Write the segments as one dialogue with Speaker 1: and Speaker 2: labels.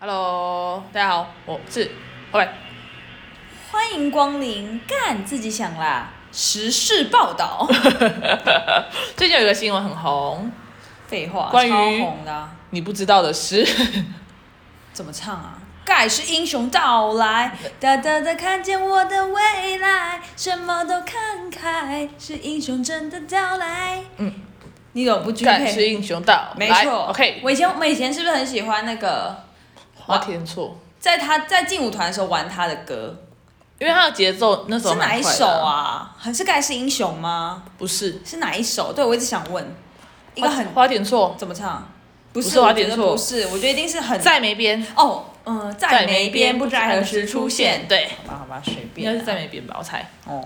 Speaker 1: Hello，大家好，我是 OK
Speaker 2: 欢迎光临，干自己想啦！时事报道，
Speaker 1: 最近有一个新闻很红，
Speaker 2: 废话，
Speaker 1: 关于
Speaker 2: 超红的啊、
Speaker 1: 你不知道的 是，
Speaker 2: 怎么唱啊？盖世英雄到来，哒哒哒，看见我的未来，什么都看开，是英雄真的到来。
Speaker 1: 嗯，
Speaker 2: 你怎么不
Speaker 1: 《
Speaker 2: 匹
Speaker 1: 盖世
Speaker 2: 配？
Speaker 1: 英雄到》
Speaker 2: 没
Speaker 1: 来
Speaker 2: 错
Speaker 1: ，OK，
Speaker 2: 我以前我们以前是不是很喜欢那个，
Speaker 1: 花田错，
Speaker 2: 在他在劲舞团的时候玩他的歌？
Speaker 1: 因为他的节奏那时候
Speaker 2: 是哪
Speaker 1: 蛮
Speaker 2: 一
Speaker 1: 快
Speaker 2: 首
Speaker 1: 的？
Speaker 2: 啊？还是盖世英雄吗？
Speaker 1: 不是，
Speaker 2: 是哪一首？对我一直想问，一个很
Speaker 1: 花田错，
Speaker 2: 怎么唱？不
Speaker 1: 不
Speaker 2: 是，
Speaker 1: 是华
Speaker 2: 我觉
Speaker 1: 点
Speaker 2: 得
Speaker 1: 错
Speaker 2: 不是，我觉得一定是很
Speaker 1: 在没边，
Speaker 2: 哦，嗯，在梅边不知何时出现。
Speaker 1: 对，
Speaker 2: 好吧，好吧，随
Speaker 1: 应
Speaker 2: 便啊。
Speaker 1: 该是在没边吧，我猜。
Speaker 2: 哦，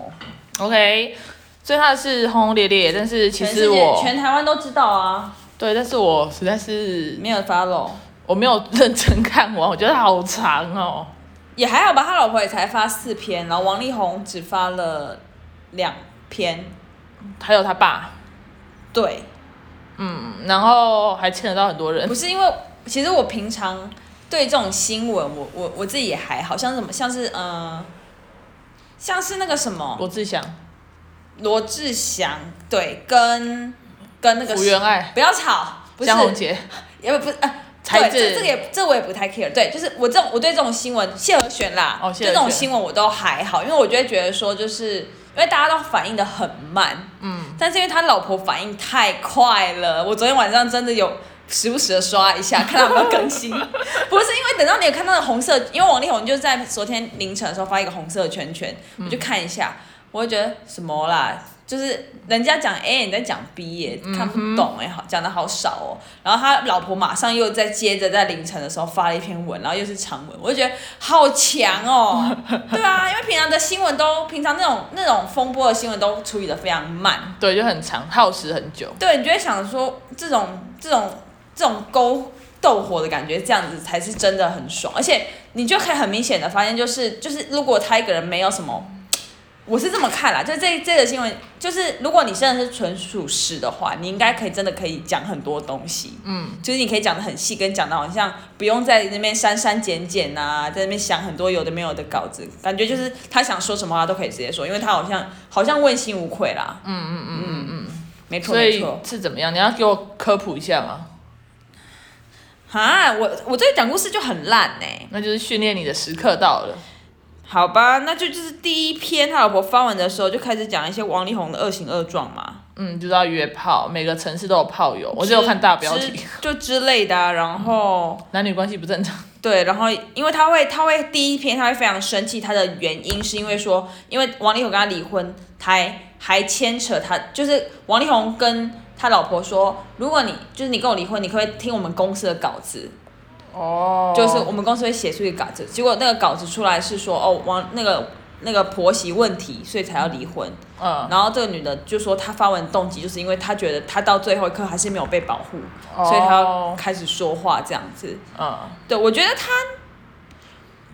Speaker 1: OK，所以他是轰轰烈烈，但是其
Speaker 2: 全
Speaker 1: 实
Speaker 2: 世界
Speaker 1: 我
Speaker 2: 全台湾都知道啊，
Speaker 1: 对，但是我实在是
Speaker 2: 没有 follow
Speaker 1: 我没有认真看完，我觉得好长哦。
Speaker 2: 也还好吧，他老婆也才发四篇，然后王力宏只发了两篇，
Speaker 1: 还有他爸，
Speaker 2: 对，
Speaker 1: 嗯，然后还牵扯到很多人
Speaker 2: 不。是因为其实我平常对这种新闻，我我我自己也还好，像什么像是嗯、呃像是那个什么
Speaker 1: 罗志祥、
Speaker 2: 罗志祥对，跟跟那个
Speaker 1: 福原爱、
Speaker 2: 不要吵，不是
Speaker 1: 江宏杰、
Speaker 2: 也不呃，
Speaker 1: 才
Speaker 2: 对，
Speaker 1: 子
Speaker 2: 这这个也这我也不太 care。对，就是我这种我对这种新闻，谢和弦啦，
Speaker 1: 哦谢
Speaker 2: 就
Speaker 1: 和弦
Speaker 2: 这种新闻我都还好，因为我就会觉得说，就是因为大家都反应的很慢，嗯，但是因为他老婆反应太快了，我昨天晚上真的有。时不时的刷一下，看他有没有 更新。不是因为等到你有看到的红色，因为王力宏就在昨天凌晨的时候发一个红色的圈圈，
Speaker 1: 嗯
Speaker 2: 我就看一下，我就觉得什么啦，就是人家讲 A，你在讲 B 耶、
Speaker 1: 嗯
Speaker 2: 看不懂哎、好讲的好少哦、然后他老婆马上又在接着在凌晨的时候发了一篇文，然后又是长文，我就觉得好强哦、对啊，因为平常的新闻都平常那种那种风波的新闻都处理的非常慢，
Speaker 1: 对，就很长，耗时很久。
Speaker 2: 对，你就会想说，这种这种这种勾斗火的感觉，这样子才是真的很爽。而且你就可以很明显的发现，就是就是，如果他一个人没有什么，我是这么看啦，就这这个新闻，就是如果你真的是纯属实的话，你应该可以真的可以讲很多东西，嗯，就是你可以讲的很细，跟讲的好像不用在那边删删减减啊，在那边想很多有的没有的稿子，感觉就是他想说什么他都可以直接说，因为他好像好像问心无愧啦，嗯嗯嗯嗯嗯，没错
Speaker 1: 所
Speaker 2: 没
Speaker 1: 以
Speaker 2: 错。
Speaker 1: 是怎么样？你要给我科普一下吗？
Speaker 2: 啊，我我这个讲故事就很烂呢、
Speaker 1: 那就是训练你的时刻到了。
Speaker 2: 好吧，那就就是第一篇他老婆发文的时候就开始讲一些王力宏的恶行恶状嘛，
Speaker 1: 嗯，就是要约炮，每个城市都有炮友。我只有看大标题
Speaker 2: 之，就之类的、啊。然后
Speaker 1: 男女关系不正常。
Speaker 2: 对，然后因为他会他会第一篇他会非常生气，他的原因是因为说，因为王力宏跟他离婚，还还牵扯他，就是王力宏跟他老婆说，如果你就是你跟我离婚，你可不可以听我们公司的稿子？
Speaker 1: 哦
Speaker 2: 就是我们公司会写出一个稿子，结果那个稿子出来是说哦，王那个那个婆媳问题，所以才要离婚。
Speaker 1: 嗯，
Speaker 2: 然后这个女的就说她发文动机就是因为她觉得她到最后一刻还是没有被保护，所以她要
Speaker 1: 哦
Speaker 2: 开始说话这样子。
Speaker 1: 嗯，
Speaker 2: 对，我觉得她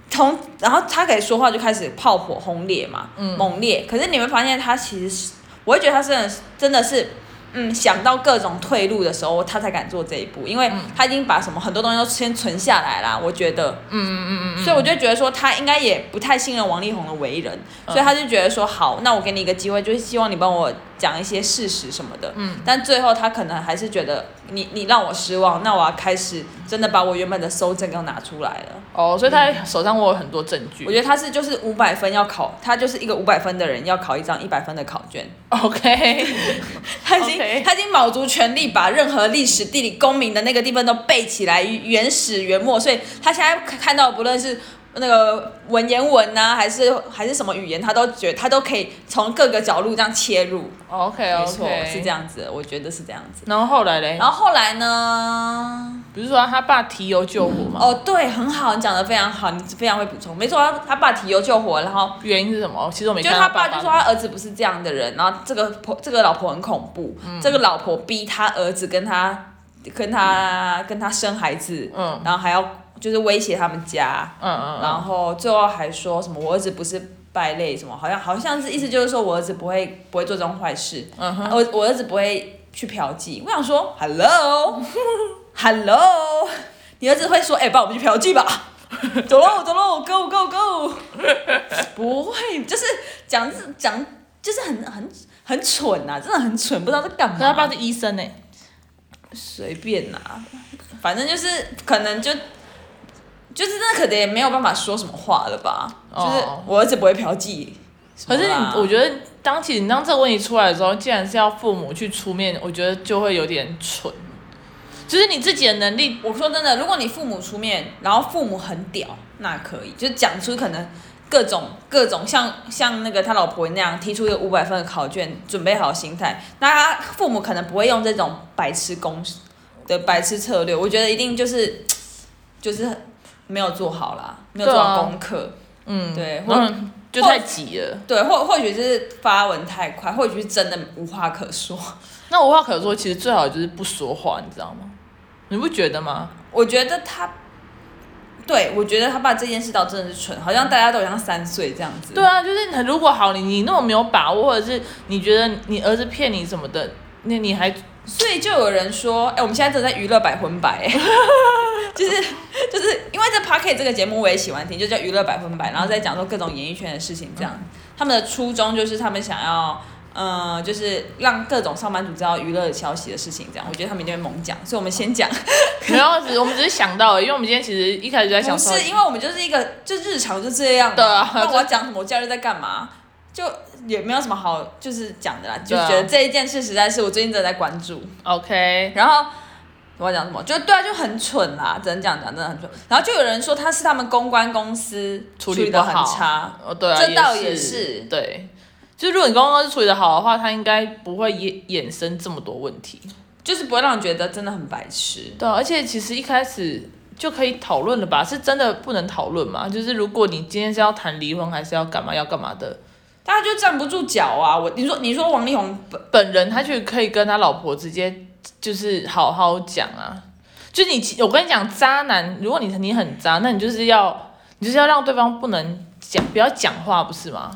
Speaker 2: 从然后她给说话就开始炮火轰烈嘛，猛烈。可是你会发现她其实是，我会觉得她真的是真的是。嗯，想到各种退路的时候，她才敢做这一步，因为她已经把什么很多东西都先存下来啦。我觉得，嗯嗯嗯嗯，所以我就觉得说，她应该也不太信任王力宏的为人，所以她就觉得说，好，那我给你一个机会，就是希望你帮我讲一些事实什么的，嗯，但最后她可能还是觉得你你让我失望，那我要开始真的把我原本的搜证给我拿出来了。
Speaker 1: 哦，所以他手上握有很多证据。
Speaker 2: 我觉得她是就是五百分要考，她就是一个五百分的人要考一张一百分的考卷，
Speaker 1: OK，
Speaker 2: 他已经
Speaker 1: OK
Speaker 2: 他已经卯足全力把任何历史、地理、公民的那个地方都背起来，原始、原末，所以他现在看到不论是那个文言文呐、还是还是什么语言，他都觉得他都可以从各个角度这样切入。
Speaker 1: OK
Speaker 2: 没
Speaker 1: OK，
Speaker 2: 错，是这。样子的，我觉得是这样子。
Speaker 1: 然后后来嘞
Speaker 2: 然，后后来呢？
Speaker 1: 不是说他爸提油救火吗？
Speaker 2: 哦，对，很好，你讲的非常好，你非常会补充。没错，他他爸提油救火，然后
Speaker 1: 原因是什么？其实我没
Speaker 2: 就
Speaker 1: 看
Speaker 2: 是
Speaker 1: 到
Speaker 2: 他
Speaker 1: 爸
Speaker 2: 爸就说他儿子不是这样的人，然后这个婆这个老婆很恐怖，
Speaker 1: 嗯
Speaker 2: 这个老婆逼他儿子跟他跟他跟他生孩子，
Speaker 1: 嗯
Speaker 2: 然后还要就是威胁他们家，
Speaker 1: 嗯嗯嗯，
Speaker 2: 然后最后还说什么我儿子不是败类什么，好像好像是意思就是说我儿子不会不会做这种坏事，
Speaker 1: 嗯哼
Speaker 2: 我我儿子不会去嫖妓。我想说，Hello，Hello， 你儿子会说：“哎、爸，我们去嫖妓吧。”走喽，走喽，Go Go Go！不会，就是讲讲，就是很很很蠢呐、啊，真的很蠢，不知道在干嘛。
Speaker 1: 可他爸是医生呢、
Speaker 2: 欸随便啦、反正就是可能就就是那可能也没有办法说什么话了吧。
Speaker 1: 哦
Speaker 2: 就是我儿子不会嫖妓，
Speaker 1: 可是你
Speaker 2: 什么啦，
Speaker 1: 我觉得当其实你当这个问题出来的时候，既然是要父母去出面，我觉得就会有点蠢。就是你自己的能力，
Speaker 2: 我说真的，如果你父母出面，然后父母很屌，那可以，就讲出可能各种各种像像那个他老婆那样提出一个五百分的考卷，准备好心态。那他父母可能不会用这种白痴公式的白痴策略，我觉得一定就是就是没有做好啦，没有做
Speaker 1: 对啊
Speaker 2: 好功课。
Speaker 1: 嗯，
Speaker 2: 对或
Speaker 1: 嗯，就太急了。
Speaker 2: 对，或或许就是发文太快，或许是真的无话可说。
Speaker 1: 那无话可说，其实最好就是不说话，你知道吗？你不觉得吗？
Speaker 2: 我觉得他，对我觉得他爸这件事倒真的是蠢，好像大家都很像三岁这样子。
Speaker 1: 对啊，就是你如果好，你你那么没有把握，或者是你觉得你儿子骗你什么的，那你还
Speaker 2: 所以就有人说，哎、我们现在正在娱乐百分百， 哎就是就是因为这 p a r k e t 这个节目我也喜欢听，就叫娱乐百分百，然后再讲说各种演艺圈的事情
Speaker 1: 嗯
Speaker 2: 这样。他们的初衷就是他们想要。嗯，就是让各种上班族知道娱乐的消息的事情，这样我觉得他们一定会猛讲，所以我们先讲
Speaker 1: 没有，只我们只是想到而已，因为我们今天其实一开始就在想
Speaker 2: 不
Speaker 1: 说，
Speaker 2: 是，因为我们就是一个就日常就这样嘛。
Speaker 1: 对啊
Speaker 2: 那我要讲什么？我假日在干嘛？就也没有什么好就是讲的啦，就
Speaker 1: 对啊嗯
Speaker 2: 觉得这一件事实在是我最近真的在关注。
Speaker 1: OK，
Speaker 2: 然后我要讲什么？就对啊，就很蠢啦，只能讲讲真的很蠢。然后就有人说他是他们公关公司
Speaker 1: 处理
Speaker 2: 理
Speaker 1: 不
Speaker 2: 的
Speaker 1: 好
Speaker 2: 很差，
Speaker 1: 哦对啊，
Speaker 2: 这倒
Speaker 1: 也
Speaker 2: 也是
Speaker 1: 对。就是如果你刚刚是处理的好的话，他应该不会衍衍生这么多问题。
Speaker 2: 就是不会让你觉得真的很白痴。
Speaker 1: 对啊、而且其实一开始就可以讨论了吧？是真的不能讨论吗？就是如果你今天是要谈离婚，还是要干嘛要干嘛的，
Speaker 2: 大家就站不住脚啊！我你说你说王力宏本
Speaker 1: 本人他去可以跟他老婆直接就是好好讲啊。就你，我跟你讲，渣男，如果你你很渣，那你就是要你就是要让对方不能讲，不要讲话，不是吗？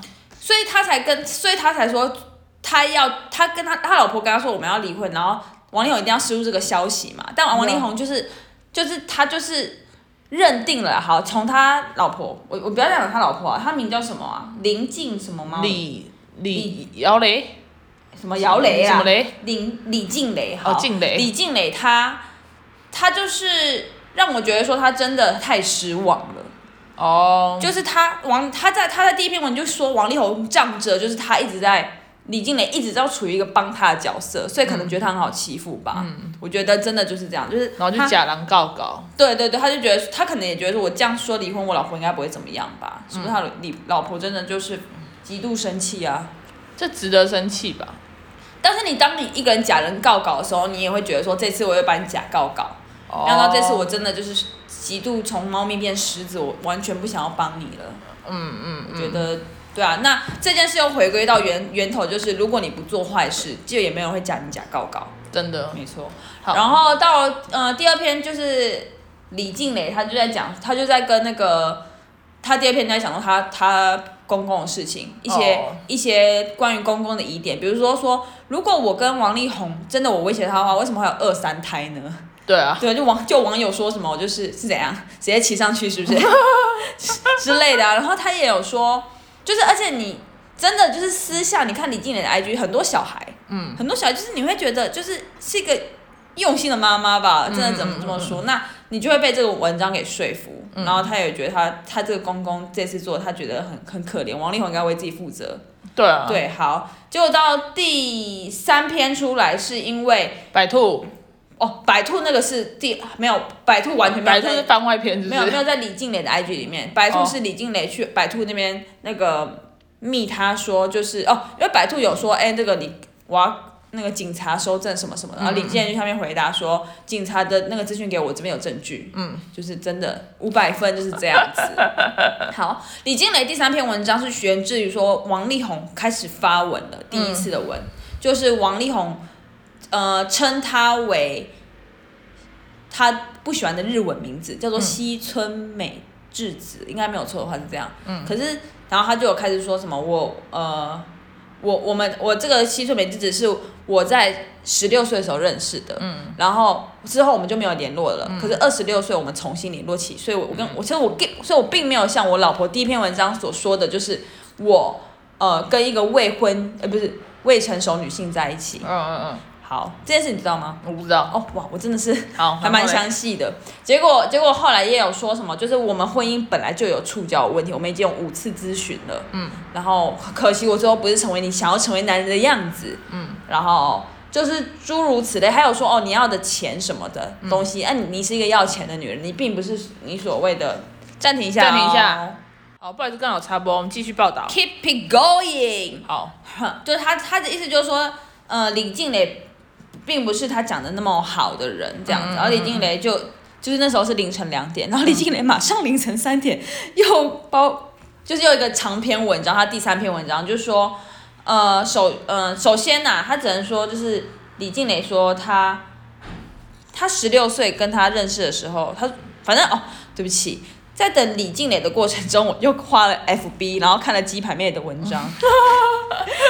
Speaker 2: 所以他才跟，所以他才说他要他跟他他老婆跟他说我们要离婚，然后王力宏一定要输入这个消息嘛。
Speaker 1: 啊
Speaker 2: 但王王力宏就是就是他就是认定了，好，从他老婆，我我不要讲他老婆啊，他名叫什么啊？林静什么吗？
Speaker 1: 李哦李哦姚雷，
Speaker 2: 什么姚雷
Speaker 1: 什
Speaker 2: 啊
Speaker 1: 么？雷？
Speaker 2: 林李静蕾，好，
Speaker 1: 哦，静雷，
Speaker 2: 李静蕾她她就是让我觉得说她真的太失望了。
Speaker 1: 哦，
Speaker 2: 就是他王他在他在第一篇文就说王力宏仗着就是他一直在李静蕾一直都处于一个帮他的角色，所以可能觉得他很好欺负吧。嗯，我觉得真的就是这样，就是
Speaker 1: 然后就
Speaker 2: 他
Speaker 1: 假狼告告，
Speaker 2: 对对对，他就觉得他可能也觉得说我这样说离婚，我老婆应该不会怎么样吧？是不是他李老婆真的就是极度生气啊？
Speaker 1: 这值得生气吧？
Speaker 2: 但是你当你一个人假人告告的时候，你也会觉得说这次我又把你假告告，
Speaker 1: 哦
Speaker 2: 没想到这次我真的就是极度从猫咪变狮子，我完全不想要帮你了。嗯嗯，我觉得对啊。那这件事又回归到源源头，就是如果你不做坏事，就也没有人会讲你假告告。
Speaker 1: 真的
Speaker 2: 没错。
Speaker 1: 好
Speaker 2: 然后到呃第二篇就是李静蕾，她就在讲，她就在跟那个她第二篇在讲说她她公公的事情，一些、
Speaker 1: 哦
Speaker 2: 一些关于公公的疑点，比如说说如果我跟王力宏真的我威胁他的话，为什么会有二三胎呢？
Speaker 1: 对啊，
Speaker 2: 对，就网就网友说什么，我就是是怎样直接骑上去是不 是之类的啊？然后他也有说，就是而且你真的就是私下你看李静蕾的 IG 很多小孩，嗯，很多小孩就是你会觉得就是是一个用心的妈妈吧，真的怎么这么说？那你就会被这个文章给说服。然后他也觉得他他这个公公这次做，他觉得很很可怜，王力宏应该为自己负责。
Speaker 1: 对啊，
Speaker 2: 对，好，结果到第三篇出来是因为。
Speaker 1: 白兔，
Speaker 2: 哦，百兔那个是第没有，百兔完全没
Speaker 1: 白
Speaker 2: 有
Speaker 1: 兔是
Speaker 2: 在
Speaker 1: 番外篇，是不
Speaker 2: 没有没
Speaker 1: 是？
Speaker 2: 有在李静蕾的 IG 里面，百兔
Speaker 1: 哦
Speaker 2: 是李静蕾去百兔那边那个密他说就是哦，因为百兔有说哎、这个你我要那个警察收证什么什么的，然后
Speaker 1: 嗯
Speaker 2: 李静蕾就下面回答说警察的那个资讯给我这边有证据，嗯，就是真的五百分就是这 样子。好，李静蕾第三篇文章是源自于说王力宏开始发文了，第一次的
Speaker 1: 嗯
Speaker 2: 文、就是王力宏呃称他为他不喜欢的日文名字，叫做西村美智子，应该没有错的话是这样。嗯。可是，然后他就有开始说什么我呃我我们我这个西村美智子是我在十六岁的时候认识的，嗯，然后之后我们就没有联络了。可是二十六岁我们重新联络起，所以我我跟我其实我并所以我并没有像我老婆第一篇文章所说的，就是我呃跟一个未婚呃不是未成熟女性在一起。
Speaker 1: 嗯嗯
Speaker 2: 好，这件事你知道吗？
Speaker 1: 嗯，我不知道。
Speaker 2: 哦哇，我真的是
Speaker 1: 好，
Speaker 2: 还
Speaker 1: 然
Speaker 2: 蛮
Speaker 1: 后嘞
Speaker 2: 详细的。结果结果后来也有说什么，就是我们婚姻本来就有触角问题，我们已经有五次咨询了，嗯，然后可惜我最后不是成为你想要成为男人的样子，嗯，然后就是诸如此类，还有说哦你要的钱什么的东西，哎、你你是一个要钱的女人，你并不是你所谓的暂停一下、哦
Speaker 1: 暂停一下。好，不好意思，刚好插播，我们继续报道。
Speaker 2: ，keep it going。
Speaker 1: 好，
Speaker 2: 哼就是他他的意思就是说，呃，李静蕾并不是他讲的那么好的人这样子，然后李静蕾就就是那时候是凌晨两点，然后李静蕾马上凌晨三点又包就是又一个长篇文章，他第三篇文章就是说，呃，首呃首先呐、他只能说就是李静蕾说他他十六岁跟他认识的时候，他反正哦，对不起。在等李静蕾的过程中，我又花了 FB，然后看了鸡排妹的文章，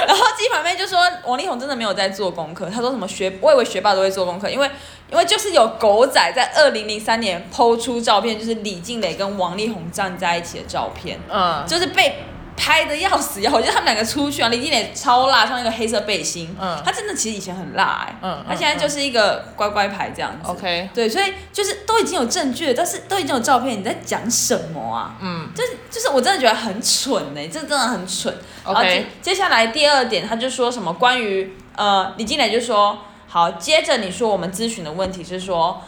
Speaker 2: 然后鸡排妹就说王力宏真的没有在做功课，她说什么学，我以为学霸都会做功课，因为因为就是有狗仔在二零零三年抛出照片，就是李静蕾跟王力宏站在一起的照片，
Speaker 1: 嗯
Speaker 2: 就是被拍的要死要活，就是他们两个出去啊，李静蕾超辣，穿一个黑色背心，
Speaker 1: 嗯
Speaker 2: 她真的其实以前很辣哎、
Speaker 1: 嗯嗯
Speaker 2: 她现在就是一个乖乖牌这样子
Speaker 1: ，OK，
Speaker 2: 对，所以就是都已经有证据了，但是都已经有照片，你在讲什么啊？
Speaker 1: 嗯，
Speaker 2: 就是就是我真的觉得很蠢呢、欸这真的很蠢。然后
Speaker 1: OK
Speaker 2: 接接下来第二点，他就说什么关于呃，李金磊就说好，接着你说我们咨询的问题是说，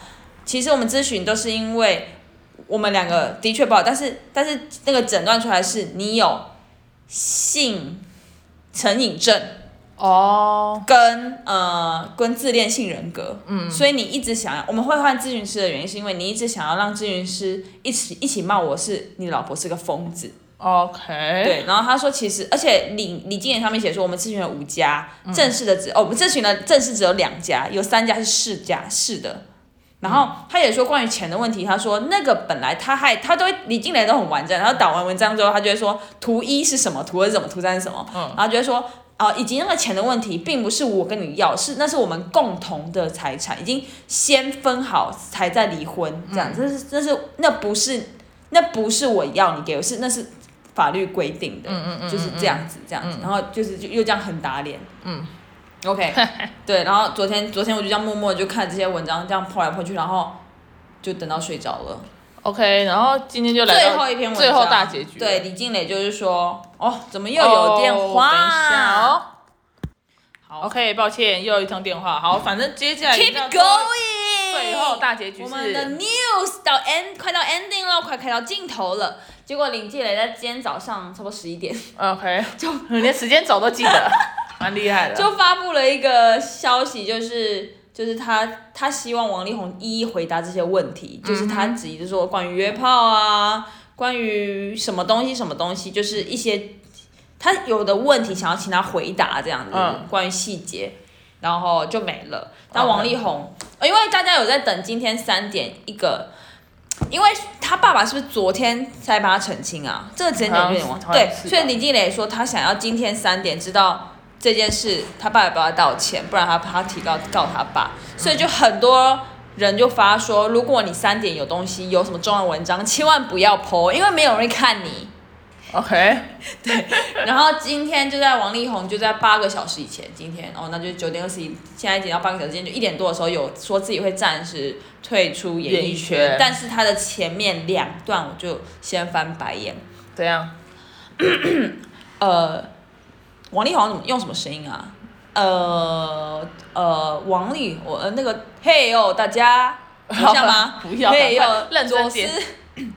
Speaker 2: 其实我们咨询都是因为我们两个的确不好，但是但是那个诊断出来是你有性成瘾症。
Speaker 1: 哦，
Speaker 2: 跟呃跟自恋性人格，嗯，所以你一直想要，我们会换咨询师的原因，是因为你一直想要让咨询师一起一起骂我是你老婆是个疯子，
Speaker 1: OK，，
Speaker 2: 对。然后他说其实，而且李李金言上面写说我们咨询了五家，正式的只哦，我们咨询了正式只有两家，有三家是试家试的。然后他也说关于钱的问题，他说那个本来他还他都会李金莲都很完整，然后打完文章之后，他就会说图一是什么，图二是什么，图三是什么，然后就会说啊、以及那个钱的问题，并不是我跟你要，是那是我们共同的财产，已经先分好才再离婚，这样，这是这是那不是那不是我要你给我，是那是法律规定
Speaker 1: 嗯
Speaker 2: 的，就是这样子这样子，然后就是就又这样很打脸，嗯，OK，对，然后昨天昨天我就这样默默地就看这些文章，这样破来破去，然后就等到睡着了。
Speaker 1: OK，然后今天就来
Speaker 2: 最
Speaker 1: 到
Speaker 2: 后一篇文章，
Speaker 1: 最后大结局了。
Speaker 2: 对，李静蕾就是说，哦，怎么
Speaker 1: 哦，
Speaker 2: 又有电话？
Speaker 1: 等一下哦。
Speaker 2: 好
Speaker 1: OK，抱歉，又有一通电话。好，反正接下来
Speaker 2: Keep
Speaker 1: 你知道
Speaker 2: going。
Speaker 1: 最后大结局
Speaker 2: 哎我
Speaker 1: 是
Speaker 2: 们的 news 到 end 快到 ending 了，快开到尽头了。结果林静蕾在今天早上差不多十一点
Speaker 1: OK，就你连时间轴都记 得，蛮厉害的。
Speaker 2: 就发布了一个消息，就是就是他他希望王力宏一一回答这些问
Speaker 1: 嗯
Speaker 2: 题，就是他质疑就是说关于约炮啊，关于什么东西什么东西，就是一些他有的问题想要请他回答这样子，
Speaker 1: 嗯
Speaker 2: 关于细节，然后就没了。但
Speaker 1: OK
Speaker 2: 王力宏，呃因为大家有在等今天三点一个。因为他爸爸是不是昨天才把他澄清啊？这个时间点有点忘
Speaker 1: 好像。是
Speaker 2: 对
Speaker 1: 好，像是
Speaker 2: 所以
Speaker 1: 吧
Speaker 2: 李静蕾说他想要今天三点知道这件事，他爸爸不要道歉，不然他怕他提告告他爸。所以就很多人就发说，如果你三点有东西有什么重要文章，千万不要 PO，因为没有人会看你。
Speaker 1: OK，
Speaker 2: 然后今天就在王力宏就在八个小时以前，今天哦，那就是九点二十一，现在已经到八个小时之前，就一点多的时候有说自己会暂时退出演
Speaker 1: 演
Speaker 2: 艺
Speaker 1: 艺
Speaker 2: 圈
Speaker 1: 圈，
Speaker 2: 但是他的前面两段我就先翻白眼。
Speaker 1: 怎样？？
Speaker 2: 呃，王力宏怎么用什么声音啊？呃呃，王力，我呃那个嘿哟，大家，你像吗
Speaker 1: 不要
Speaker 2: 嘿
Speaker 1: 赶快
Speaker 2: 哟，
Speaker 1: 认
Speaker 2: 左
Speaker 1: 真
Speaker 2: 思
Speaker 1: 点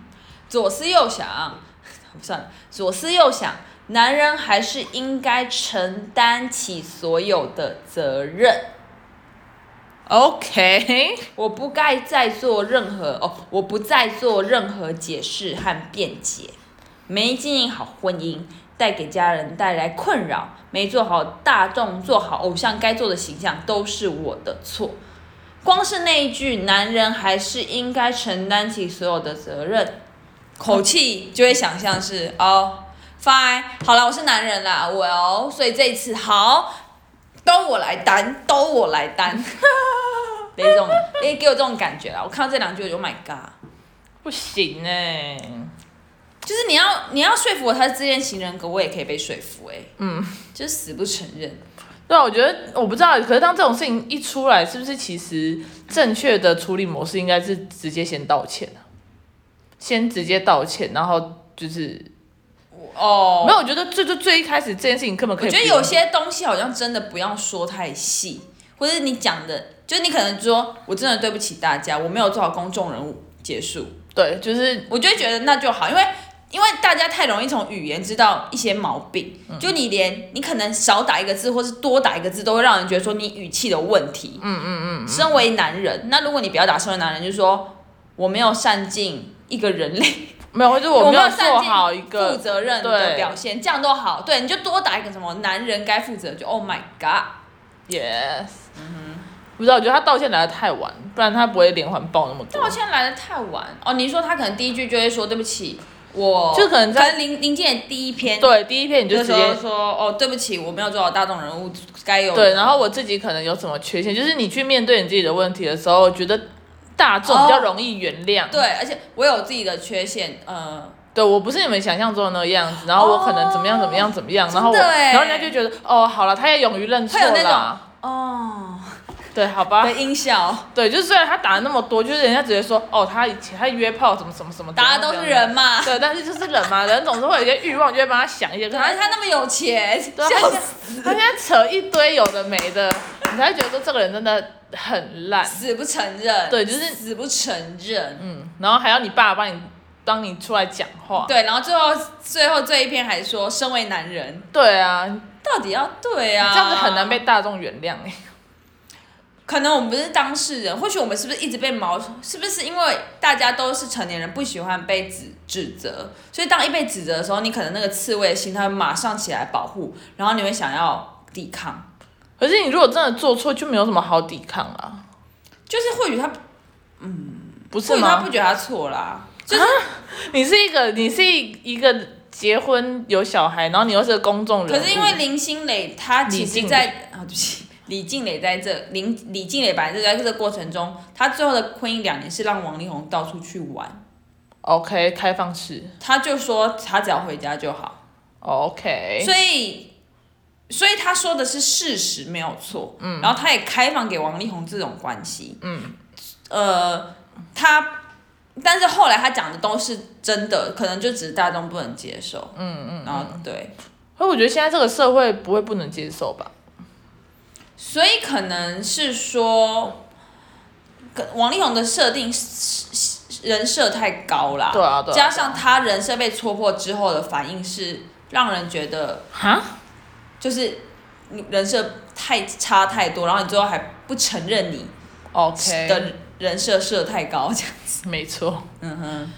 Speaker 2: 左思右想，算了，左思右想，男人还是应该承担起所有的责任。
Speaker 1: OK，
Speaker 2: 我不该再做任何哦，我不再做任何解释和辩解。没经营好婚姻，带给家人带来困扰；没做好大众做好偶像该做的形象，都是我的错。光是那一句“男人还是应该承担起所有的责任”，口气就会想象是哦， fine，好啦，我是男人啦，well，所以这一次好，都我来担，都我来担，别这种，别给我这种感觉啦。我看到这两句我就 Oh my god，
Speaker 1: 不行哎、
Speaker 2: 就是你要你要说服我他是自恋型人格，我也可以被说服哎、
Speaker 1: 嗯，
Speaker 2: 就是死不承认。
Speaker 1: 对啊，我觉得我不知道，可是当这种事情一出来，是不是其实正确的处理模式应该是直接先道歉啊先直接道歉，然后就是
Speaker 2: 哦
Speaker 1: 没有，我觉得最最最一开始这件事情根本可
Speaker 2: 我
Speaker 1: 以不
Speaker 2: 觉得
Speaker 1: 用，
Speaker 2: 有些东西好像真的不要说太细，或者你讲的，就是你可能说我真的对不起大家，我没有做好公众人物，结束。
Speaker 1: 对，就是
Speaker 2: 我就会觉得那就好，因为因为大家太容易从语言知道一些毛病，就你连你可能少打一个字，或是多打一个字，都会让人觉得说你语气的问题。嗯嗯嗯。身为男人，那如果你不要打身为男人，就说我没有善尽一个人 类，
Speaker 1: 没有，就是我
Speaker 2: 我
Speaker 1: 没
Speaker 2: 没
Speaker 1: 有
Speaker 2: 有
Speaker 1: 做
Speaker 2: 善
Speaker 1: 好一
Speaker 2: 尽
Speaker 1: 个
Speaker 2: 负责任
Speaker 1: 对
Speaker 2: 的表现，这样都好。对，你就多打一个什么男人该负责，就 Oh my God。
Speaker 1: Yes，、不知道，我觉得他道歉来的太晚，不然他不会连环爆那么多
Speaker 2: 道。歉来的太晚哦，你说他可能第一句就会说对不起，我
Speaker 1: 就可能在
Speaker 2: 跟林林建的第一篇
Speaker 1: 对，第一篇你就
Speaker 2: 就
Speaker 1: 直
Speaker 2: 时候
Speaker 1: 接
Speaker 2: 说哦，对不起，我没有做好大众人物该有的
Speaker 1: 对，然后我自己可能有什么缺陷，就是你去面对你自己的问题的时候，我觉得大众比较容易原谅。
Speaker 2: 对，而且我有自己的缺陷，呃，
Speaker 1: 对我不是你们想象中的那样子，然后我可能怎么样怎么样怎么样，然后我，
Speaker 2: 真的欸
Speaker 1: 然后人家就觉得哦，好了，他也勇于认错
Speaker 2: 会有那种
Speaker 1: 啦。
Speaker 2: 哦
Speaker 1: 对，好吧
Speaker 2: 的，音 效，
Speaker 1: 对，就是虽然他打了那么多，就是人家直接说哦，他以前他约炮什么什么什么，
Speaker 2: 大家都是人嘛，
Speaker 1: 对，但是就是人嘛，人总是会有一些欲望，就会帮他想一些，可能
Speaker 2: 反
Speaker 1: 他
Speaker 2: 正他那么有钱，
Speaker 1: 对啊，
Speaker 2: 笑死
Speaker 1: 他现在扯一堆有的没的，你才会觉得说这个人真的很烂。
Speaker 2: 死不承认，
Speaker 1: 对就是
Speaker 2: 死不承认，
Speaker 1: 嗯，然后还要你爸帮你当你出来讲话。
Speaker 2: 对，然后最后最后这一篇还说，身为男人
Speaker 1: 对啊，你
Speaker 2: 到底要对啊，
Speaker 1: 这样子很难被大众原谅哎。
Speaker 2: 可能我们不是当事人，或许我们是不是一直被毛，是不是因为大家都是成年人，不喜欢被指指责，所以当一被指责的时候，你可能那个刺猬的心，它会马上起来保护，然后你会想要抵抗，
Speaker 1: 可是你如果真的做错，就没有什么好抵抗啊，
Speaker 2: 就是或许他，
Speaker 1: 不是
Speaker 2: 或许他
Speaker 1: 吗
Speaker 2: 不？觉得他错啦，就是
Speaker 1: 你是一个，你是一个结婚有小孩，然后你又是个公众人物，
Speaker 2: 可是因为林心蕾她其
Speaker 1: 李
Speaker 2: 实
Speaker 1: 静
Speaker 2: 在，啊，对不起，李静蕾在这林李静蕾本来就在这个过程中，她最后的婚姻两年是让王力宏到处去玩，
Speaker 1: OK 开放式
Speaker 2: 她就说她只要回家就好。
Speaker 1: OK，
Speaker 2: 所以，所以他说的是事实没有错，嗯，然后他也开放给王力宏这种关系，嗯，呃，他，但是后来他讲的都是真的，可能就只是大众不能接受，嗯嗯，然后对，
Speaker 1: 所以我觉得现在这个社会不会不能接受吧？
Speaker 2: 所以可能是说，可王力宏的设定是是人设太高啦，
Speaker 1: 对啊对啊
Speaker 2: 加上他人设被戳破之后的反应是让人觉得。
Speaker 1: 哈，
Speaker 2: 就是你人设太差太多，然后你最后还不承认你
Speaker 1: OK
Speaker 2: 的人设设太高，这样
Speaker 1: 没错。嗯哼。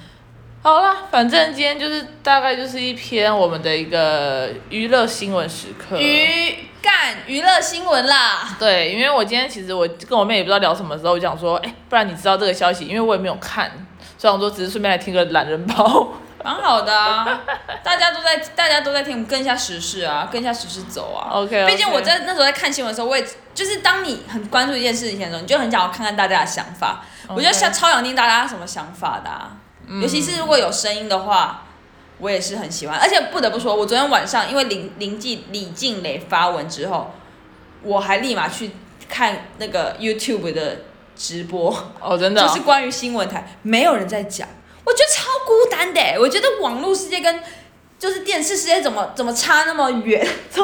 Speaker 1: 好啦，反正今天就是大概就是一篇我们的一个娱乐新闻时刻。
Speaker 2: 娱干娱乐新闻啦。
Speaker 1: 对，因为我今天其实我跟我妹也不知道聊什么的时候，我讲说，哎、不然你知道这个消息，因为我也没有看，所以我说只是顺便来听个懒人 包。
Speaker 2: 蛮好的啊，大家都在大家都在听，我们跟一下时事啊，跟一下时事走啊。
Speaker 1: OK，OK
Speaker 2: 毕竟我在那时候在看新闻的时候，我也就是当你很关注一件事情的时候，你就很想要看看大家的想法。
Speaker 1: 哦
Speaker 2: 我觉得像超想听大家什么想法的、啊，
Speaker 1: 嗯
Speaker 2: 尤其是如果有声音的话，我也是很喜欢。而且不得不说，我昨天晚上因为林林记李静蕾发文之后，我还立马去看那个 YouTube 的直播。
Speaker 1: 哦，真的哦、
Speaker 2: 就是关于新闻台，没有人在讲，我觉得超孤单的欸。我觉得网络世界跟就是电视世界怎么怎么差那么远，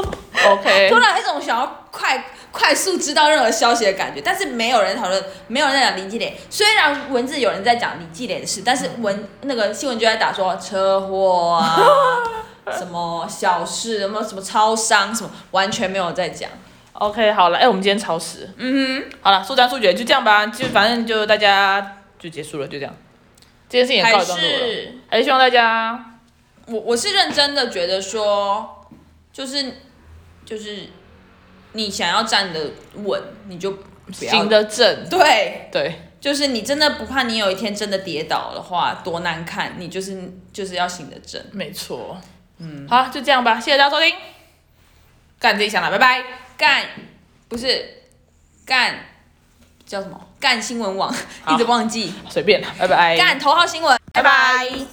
Speaker 1: OK
Speaker 2: 突。然有一种想要快快速知道任何消息的感觉。但是没有人讨论，没有人在讲林继磊。虽然文字有人在讲李继磊的事，但是文那个新闻就在打说车祸啊， 什么小事，什么什么超伤，什么完全没有在讲。
Speaker 1: OK，好了，哎、我们今天超时。嗯哼。好了，速战速决，就这样吧，就反正就大家就结束了，就这样。这件事情也
Speaker 2: 还
Speaker 1: 告一段落了。
Speaker 2: 是
Speaker 1: 还是希望大家
Speaker 2: 我我是认真的觉得说，就是就是你想要站得稳，你就不要
Speaker 1: 行得正，
Speaker 2: 对，
Speaker 1: 对，
Speaker 2: 就是你真的不怕你有一天真的跌倒的话多难看，你就是就是要行得正。
Speaker 1: 没错。嗯，好，就这样吧，谢谢大家收听，干自己想了，拜拜。
Speaker 2: 干，不是干， 叫什么？干新闻网，一直忘记。
Speaker 1: 随便了，拜拜。
Speaker 2: 干头号新闻，
Speaker 1: 拜拜
Speaker 2: 拜拜